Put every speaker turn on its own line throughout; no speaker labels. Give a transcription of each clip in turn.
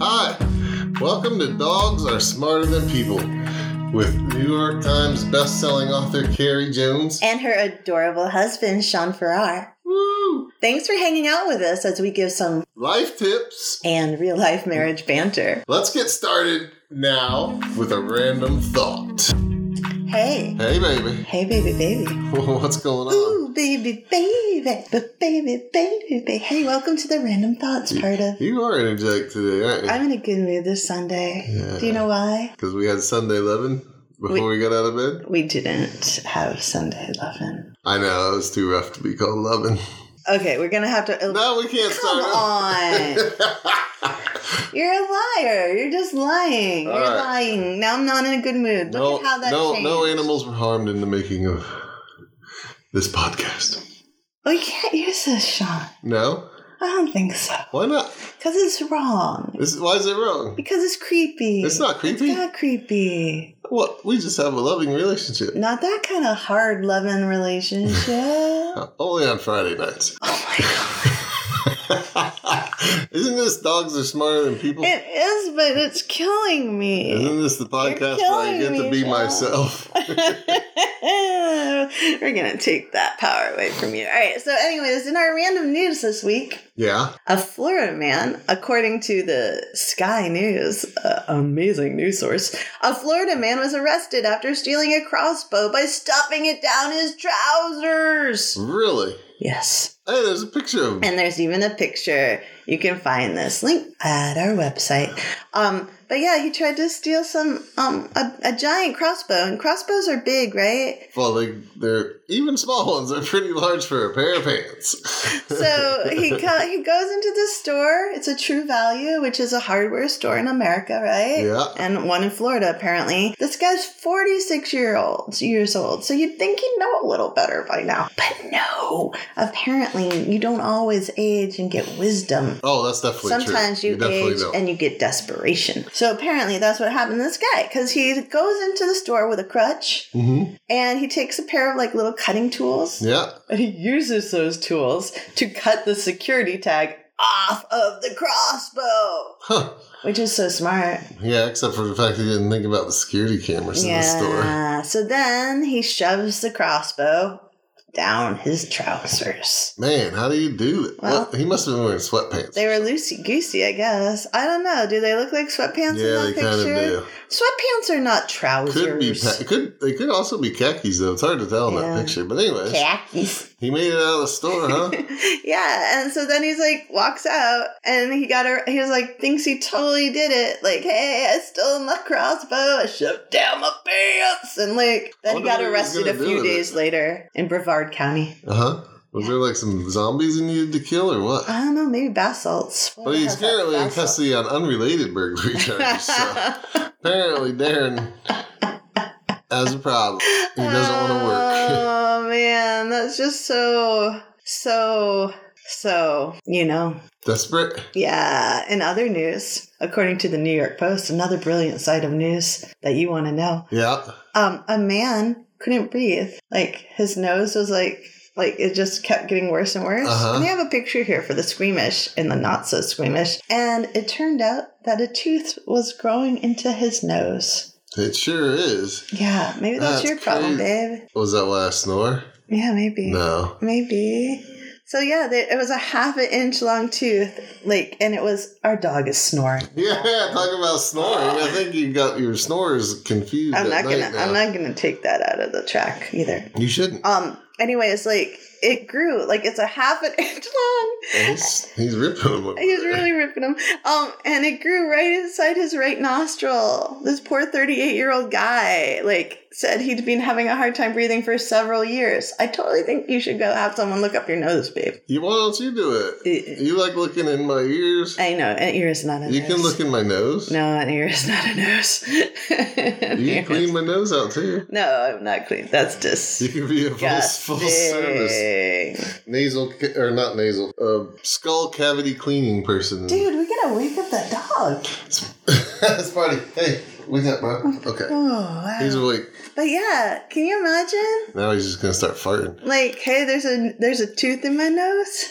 Hi, welcome to Dogs Are Smarter Than People with New York Times best-selling author Carrie Jones.
and her adorable husband, Sean Farrar.
Woo!
Thanks for hanging out with us as we give some
Life tips.
and real life marriage banter.
Let's get started now with a random thought.
Hey,
Hey, baby,
hey, baby, baby.
what's going on?
Ooh, baby, baby, but baby, baby, baby. Hey, welcome to the Random Thoughts part of.
You are energetic today, aren't you?
I'm in a good mood this Sunday.
Yeah.
Do you know why?
Because we had Sunday loving before
We-
we, got out of bed.
We didn't have Sunday loving.
I know it was too rough to be called loving.
Okay, we're gonna have to. oh,
No, we can't
Come
start.
on. You're a liar. You're just lying.
All
You're
right.
lying. Now I'm not in a good mood.
no,
Look at how that
no,
changed.
no animals were harmed in the making of this podcast.
Oh, you can't use this, Sean.
No,
I don't think so.
why not?
Because it's wrong.
This, why is it wrong?
Because it's creepy.
It's not creepy.
It's not creepy.
What? We just have a loving relationship.
Not that kind of hard loving relationship. oh
Only on Friday nights.
my god.
Isn't this dogs are smarter than people?
It is, but it's killing me.
Isn't this the podcast where I
killing
get to
me,
be
Sean.
myself?
We're gonna take that power away from you. All right. So, anyways, in our random news this week,
Yeah.
A Florida man, according to the Sky News, uh, amazing news source, a Florida man was arrested after stealing a crossbow by stuffing it down his trousers.
Really?
Yes.
Hey, there's a picture of him.
And there's even a picture. You can find this link at our website. Um, but yeah, he tried to steal some um a, a giant crossbow, and crossbows are big, right?
Well, they, they're even small ones are pretty large for a pair of pants.
So he co- he goes into the store. It's a True Value, which is a hardware store in America, right?
Yeah.
And one in Florida, apparently. This guy's forty six year old years old. So you'd think he'd know a little better by now, but no. Apparently, you don't always age and get wisdom.
Oh, that's definitely true.
Sometimes you,
definitely
age
know.
and you get desperation. So apparently that's what happened to this guy because he goes into the store with a crutch
Mhm.
and he takes a pair of like little cutting tools
Yeah.
and he uses those tools to cut the security tag off of the crossbow,
Huh.
which is so smart.
Yeah, except for the fact that he didn't think about the security cameras in the store.
Yeah. So then he shoves the crossbow down his trousers.
Man, how do you do that?
Well-
What- he must have been wearing sweatpants.
They were loosey goosey, I guess. I don't know. Do they look like sweatpants
yeah,
in that
they kind of
picture?
do.
Sweatpants are not trousers.
Could be pa- could they could also be khakis though. It's hard to tell in that
Yeah.
picture. But anyways,
khakis.
he made it out of the store, huh?
yeah, and so then he's like walks out, and he got a. He was like thinks he totally did it. Like, hey, I stole my crossbow. I shoved down my pants, and like then he
Wonder
got
what he was
arrested a
gonna do
few
with it.
days later in Brevard County.
uh huh. Was there like some zombies he needed to kill or what?
I don't know, maybe basalts.
But he's currently in custody on unrelated burglary charges. So apparently, Darren has a problem. He doesn't want to work.
Oh man, that's just so so so. You know.
Desperate.
Yeah, in other news, according to the New York Post, another brilliant side of news that you want to know.
Yeah.
Um, a man couldn't breathe. Like his nose was like like it just kept getting worse and worse.
Uh-huh.
And they have a picture here for the squeamish and the not so squeamish. And it turned out that a tooth was growing into his nose.
It sure is.
Yeah, maybe that's,
That's
your problem,
crazy.
babe.
Was that why I snore?
Yeah, maybe.
No.
Maybe. So yeah, there, it was a half an inch long tooth, like, and it was our dog is snoring.
Yeah, talk about snoring. I think you got your snores confused.
I'm
at
not gonna
night now.
I'm not gonna take that out of the track either.
You shouldn't.
Um anyways, like it grew, like it's a half an inch long.
He's, he's ripping him. over
He's
there.
really ripping him. Um, and it grew right inside his right nostril. This poor 38 year old guy, like, said he'd been having a hard time breathing for several years. I totally think you should go have someone look up your nose, babe.
You, why don't you do it?
I
You like looking in my ears?
know, an ear is not a
You
nose.
can look in my nose.
No, an ear is not a nose. An
You can
ear is-
clean my nose out too.
No, I'm not clean. That's just.
You can be a full, full service nasal ca- or not nasal uh, skull cavity cleaning person.
Dude, we gotta wake up that dog.
That's funny. Hey, wake up, bro. Okay,
Oh, wow.
he's awake.
but yeah, can you imagine?
Now he's just gonna start farting.
Like, hey, there's a there's a tooth in my nose.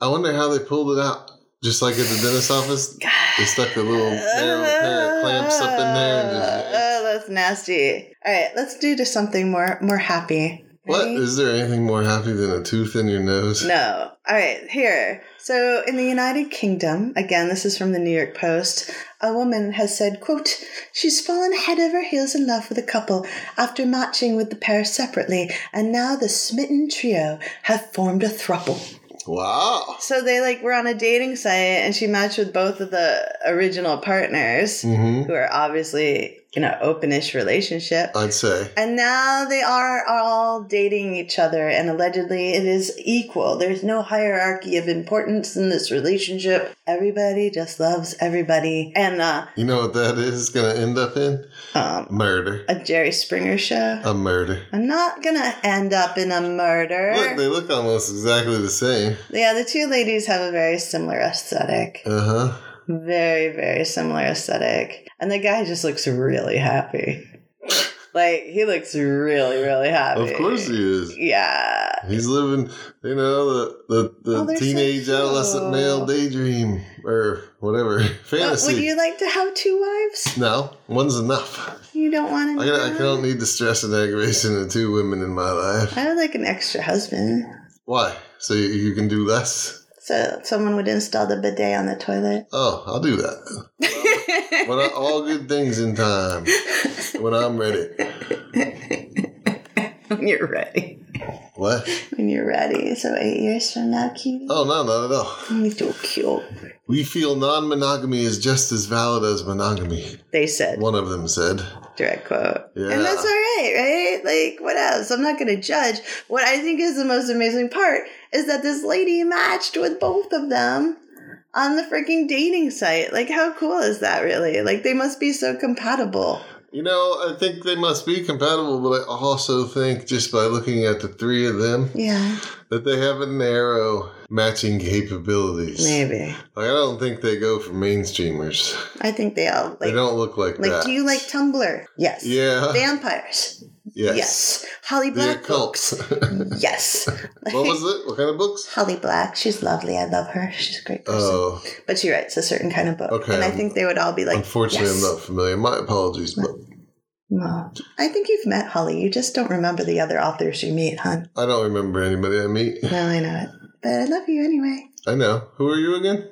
I wonder how they pulled it out. Just like at the dentist office,
God.
they stuck a little narrow pair of clamps up in there. And just,
Oh, that's nasty. All right, let's do to something more more happy.
what
Ready?
is there anything more happy than a tooth in your nose?
Uh, No. All right, here. So in the United Kingdom, again, this is from the New York Post, a woman has said, quote, She's fallen head over heels in love with a couple after matching with the pair separately, and now the smitten trio have formed a thruple.
Wow.
So they like were on a dating site and she matched with both of the original partners
Mm-hmm.
who are obviously in an openish relationship.
I'd say.
And now they are all dating each other, and allegedly it is equal. There's no hierarchy of importance in this relationship. Everybody just loves everybody. And uh,
You know what that is going to end up in?
um,
Murder.
a Jerry Springer show.
A murder.
I'm not gonna end up in a
Look,
murder.
they look almost exactly the same.
Yeah, the two ladies have a very similar aesthetic.
Uh huh.
Very, very similar aesthetic. And the guy just looks really happy. Like, he looks really, really happy.
Of course he is.
Yeah.
He's living, you know, the the, the
Oh, they're so
teenage
cute.
adolescent male daydream or whatever
But
fantasy.
would you like to have two wives?
no, one's enough.
You don't want
I,
to.
got- I don't need the stress and aggravation of two women in my life.
I would like an extra husband.
Why? So you, you can do less?
So someone would install the bidet on the toilet.
Oh, I'll do that. But I, all good things in time when I'm ready.
when you're ready.
What?
When you're ready. So eight years from now, cutie.
Oh no, not at all.
You're too cute.
We feel non-monogamy is just as valid as monogamy.
They said.
One of them said.
direct quote.
Yeah.
And that's all right, right? Like, what else? I'm not going to judge. What I think is the most amazing part is that this lady matched with both of them on the freaking dating site. Like, how cool is that, really? Like, they must be so compatible.
You know, I think they must be compatible, but I also think just by looking at the three of them
Yeah.
that they have a narrow matching capabilities.
Maybe.
Like I don't think they go for mainstreamers.
I think they all,
they
like,
don't look like,
like
that.
do you like Tumblr? Yes.
Yeah.
Vampires?
yes.
Yes. Holly
The
Black
occult.
books? Yes.
what was it? What kind of books?
Holly Black, she's lovely. I love her. She's a great person.
Oh,
But she writes a certain kind of book.
Okay,
And I
um,
think they would all be like,
unfortunately,
yes.
I'm not familiar. My apologies, but
No. I think you've met Holly. You just don't remember the other authors you meet, hon.
I don't remember anybody I meet.
No, I know it. But I love you anyway.
I know. Who are you again?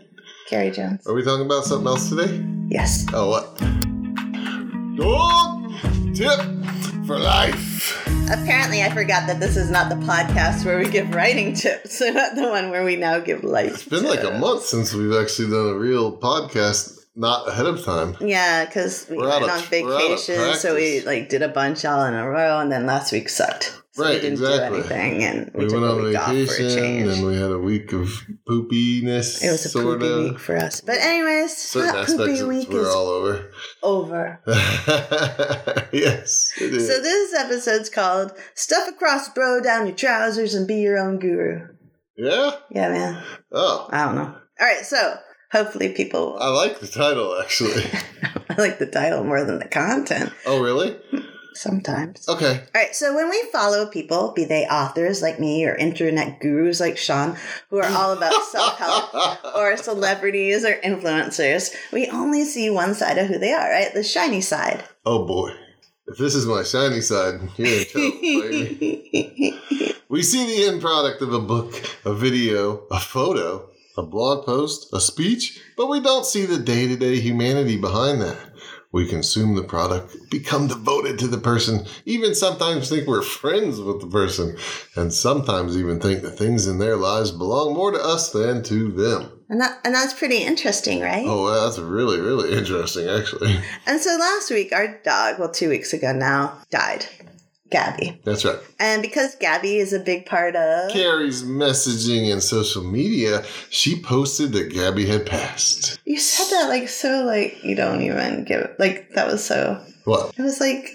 Carrie Jones.
Are we talking about something else today?
Yes.
Oh, what? Dog tip for life.
Apparently, I forgot that this is not the podcast where we give writing tips, and not the one where we now give life.
It's been like a month since we've actually done a real podcast, not ahead of time.
Yeah, because we
We're out
went
of-
on
we're out of
vacation, so we
practice.
like did a bunch all in a row, and then last week sucked. So we
Right,
didn't
exactly.
do anything, and we,
We,
took
went
a
on
week off for a
vacation
change.
and we had a week of poopiness.
it was a
sort
poopy
of.
week for us. But anyways,
Certain
hot
aspects
poopy
of it
week
were
is
all over.
over.
yes, it is.
So this episode's called "Stuff Across Bro Down Your Trousers and Be Your Own Guru."
yeah.
Yeah, man.
Oh,
I don't know. All right, so hopefully people
I like the title actually.
I like the title more than the content
oh, really?
sometimes.
Okay.
All right, so when we follow people, be they authors like me or internet gurus like Sean, who are all about self-help. Or celebrities or influencers, we only see one side of who they are, right? The shiny side.
oh boy. If this is my shiny side, you're in trouble, baby. We see the end product of a book, a video, a photo, a blog post, a speech, but we don't see the day to day humanity behind that. We consume the product, become devoted to the person, even sometimes think we're friends with the person, and sometimes even think the things in their lives belong more to us than to them.
and, that, and that's pretty interesting, right?
Oh, wow, that's really, really interesting, actually.
And so last week, our dog, well, two weeks ago now, died, Gabby.
That's right.
And because Gabby is a big part of.
Carrie's messaging and social media, she posted that Gabby had passed.
You said that like so, like, you don't even give. Like, that was so.
What?
It was like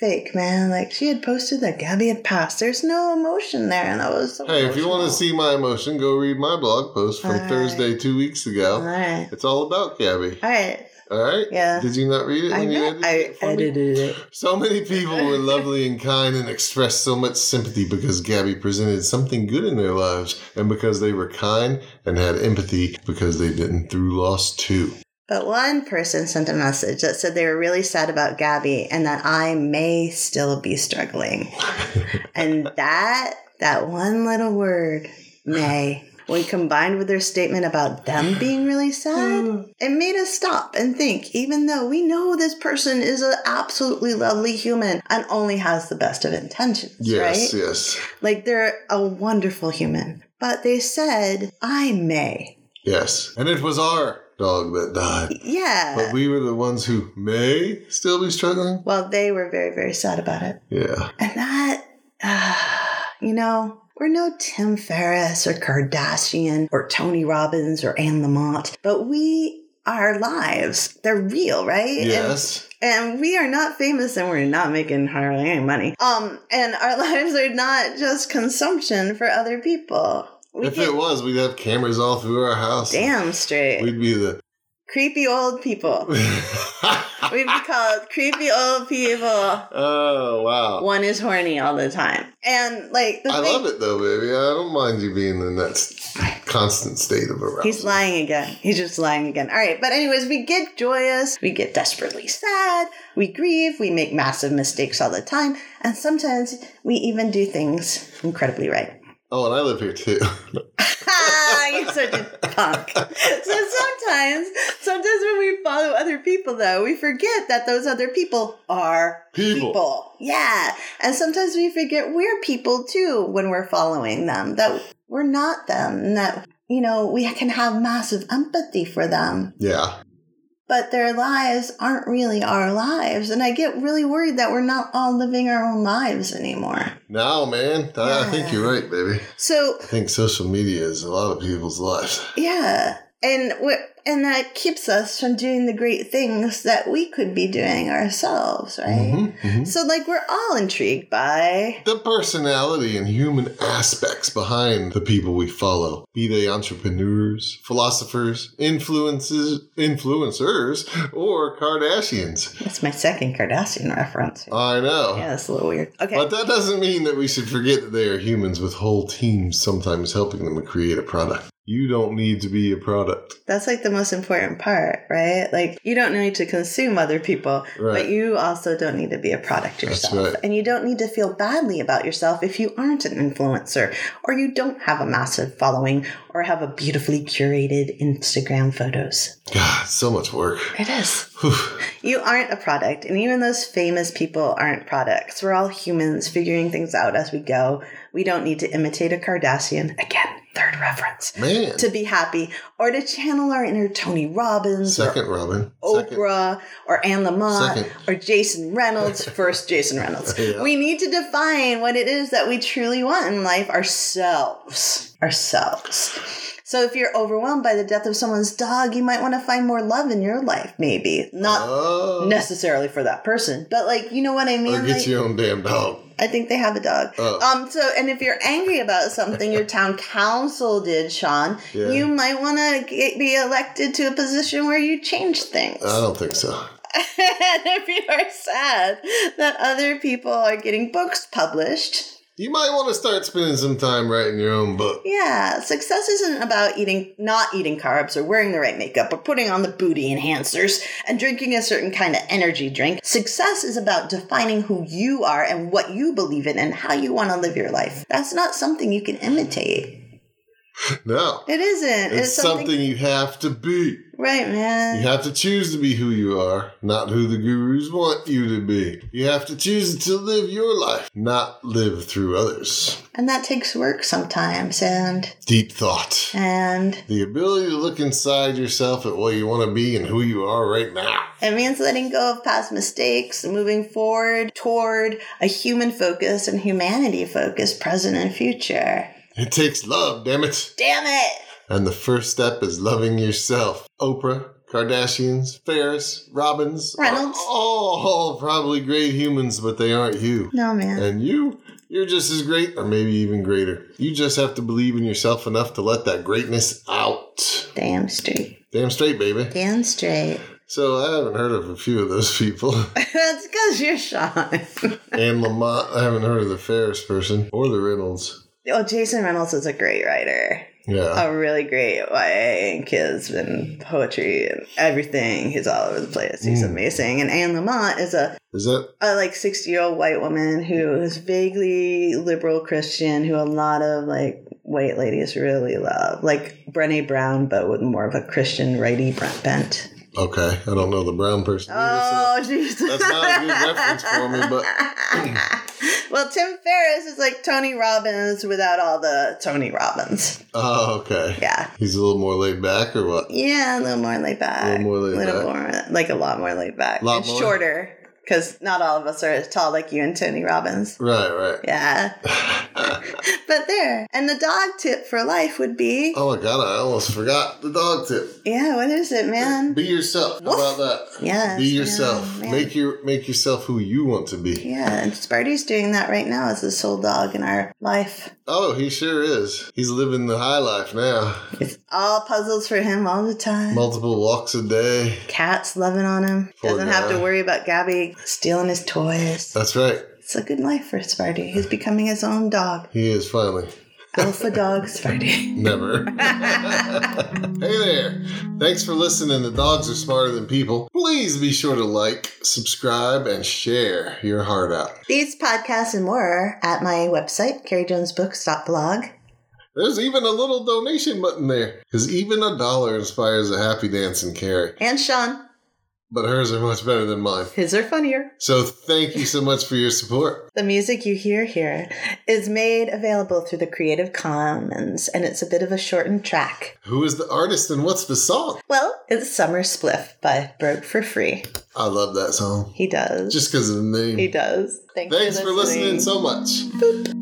fake, man. Like she had posted that Gabby had passed. There's no emotion there, and that was so
Hey, if you want to see my emotion, go read my blog post from
All right.
Thursday two weeks ago.
all right,
It's all about Gabby.
all right,
All right.
yeah.
Did you not read it
I,
when you
know-
edited
I
it? for me?
edited it.
So many people were lovely and kind and expressed so much sympathy because Gabby presented something good in their lives and because they were kind and had empathy because they've been through loss too.
But one person sent a message that said they were really sad about Gabby and that I may still be struggling. and that that one little word, may, when combined with their statement about them being really
Mm.
sad, it made us stop and think, even though we know this person is an absolutely lovely human and only has the best of intentions,
Yes,
right?
yes,
Like they're a wonderful human. But they said, I may.
yes. And it was our dog that died.
Yeah.
But we were the ones who may still be struggling.
well, they were very, very sad about it.
Yeah.
And that, you know, we're no Tim Ferriss or Kardashian or Tony Robbins or Anne Lamott, but we are lives. They're real, right?
Yes.
And, and we are not famous and we're not making hardly any money. Um, and our lives are not just consumption for other people. We
if
get
it was, we'd have cameras all through our house.
damn straight.
We'd be the.
creepy old people. We'd be called creepy old people.
oh, wow.
One is horny all the time. And like the
I
thing
love it though, baby. I don't mind you being in that s- constant state of arousal.
He's lying again. He's just lying again. All right. But, anyways, we get joyous. We get desperately sad. We grieve. We make massive mistakes all the time. And sometimes we even do things incredibly right.
Oh, and I live here too.
Ha! You're such a punk. So sometimes, sometimes when we follow other people, though, we forget that those other people are
People.
people. Yeah. And sometimes we forget we're people too when we're following them, that we're not them, and that, you know, we can have massive empathy for them,
Yeah.
but their lives aren't really our lives. And I get really worried that we're not all living our own lives anymore.
No, man. I, I think you're right, baby.
So,
I think social media is a lot of people's lives.
yeah. And we're, and that keeps us from doing the great things that we could be doing ourselves, right?
Mhm, mhm.
So, like, we're all intrigued by
The personality and human aspects behind the people we follow, be they entrepreneurs, philosophers, influences, influencers, or Kardashians.
that's my second Kardashian reference.
I know.
Yeah, that's a little weird. Okay.
But that doesn't mean that we should forget that they are humans with whole teams sometimes helping them create a product. You don't need to be a product.
That's like the most important part, right? Like you don't need to consume other people, but
Right.
you also don't need to be a product
That's
yourself.
right.
And you don't need to feel badly about yourself if you aren't an influencer or you don't have a massive following or have a beautifully curated Instagram photos.
God, so much work.
It is.
Whew.
You aren't a product, and even those famous people aren't products. We're all humans figuring things out as we go. We don't need to imitate a Kardashian. Again, third reference.
Man.
to be happy or to channel our inner Tony Robbins
Second, Robin.
or
Second.
Oprah or Anne Lamott
Second.
or Jason Reynolds, first Jason Reynolds.
Yeah.
We need to define what it is that we truly want in life ourselves. Ourselves. So if you're overwhelmed by the death of someone's dog, you might want to find more love in your life, maybe. Not
Oh.
necessarily for that person, but like, you know what I mean?
Or get
Like-
your own damn dog.
I think they have a dog.
Oh.
Um. So, and if you're angry about something your town council did, Sean,
Yeah.
you might want to be elected to a position where you change things.
I don't think so.
and if you are sad that other people are getting books published,
You might want to start spending some time writing your own book.
yeah, success isn't about eating, not eating carbs, or wearing the right makeup, or putting on the booty enhancers and drinking a certain kind of energy drink. Success is about defining who you are and what you believe in and how you want to live your life. That's not something you can imitate.
No.
It isn't.
It's, something, you have to be.
right,
You
man.
have to choose to be who you are, not who the gurus want you to be. You have to choose to live your life, not live through others.
And that takes work sometimes, and
Deep thought.
and
The ability to look inside yourself at what you want to be and who you are right now.
it means letting go of past mistakes and moving forward toward a human focus and humanity focus, present and future.
It takes love, damn it.
Damn it!
And the first step is loving yourself. Oprah Kardashians, Ferris, Robbins,
Reynolds.
are all probably great humans, but they aren't you.
No, man.
And you, you're just as great, or maybe even greater. You just have to believe in yourself enough to let that greatness out.
Damn straight.
Damn straight, baby.
Damn straight.
So I haven't heard of a few of those people.
That's because you're Sean.
Anne Lamont, I haven't heard of the Ferris person or the Reynolds.
oh, Jason Reynolds is a great writer.
Yeah.
A really great YA and kids and poetry and everything. He's all over the place. He's
Mm.
amazing. And Anne Lamott is a
Is that
a like 60 year old white woman who is vaguely liberal Christian who a lot of like white ladies really love, like Brene Brown, but with more of a Christian righty bent- bent.
okay? I don't know the brown person.
Oh, Jesus.
That's not a good reference for me, but-
well, Tim Ferriss is like Tony Robbins without all the Tony Robbins.
Oh, okay.
Yeah.
He's a little more laid back, or what?
Yeah, a little more laid back.
A little more laid
little
back.
more- like a lot more laid back.
Lot
and
more?
shorter, because not all of us are as tall like you and Tony Robbins.
Right, right.
Yeah. But there. And the dog tip for life would be
oh my god, I almost forgot the dog tip.
Yeah, what is it, man?
Be yourself. How
Woof.
about that?
Yes.
Be yourself.
yeah, man.
Make your make yourself who you want to be.
Yeah, and Sparty's doing that right now as the sole dog in our life.
Oh, he sure is. He's living the high life now.
It's all puzzles for him all the time.
Multiple walks a day.
Cats loving on him.
Poor
Doesn't have to
guy.
worry about Gabby stealing his toys.
That's right.
It's a good life for Sparty. He's becoming his own dog.
He is finally.
Alpha dog Sparty.
Never. hey there. Thanks for listening The Dogs Are Smarter Than People. Please be sure to like, subscribe, and share your heart out.
These podcasts and more are at my website, carriejonesbooks.blog.
There's even a little donation button there because even a dollar inspires a happy dancing Carrie.
And Sean,
But hers are much better than mine.
his are funnier.
So thank you so much for your support.
The music you hear here is made available through the Creative Commons, and it's a bit of a shortened track.
Who is the artist and what's the song?
Well, it's Summer Spliff by Broke for Free.
I love that song
He does.
just because of the
he
name.
does.
Thanks for listening so much.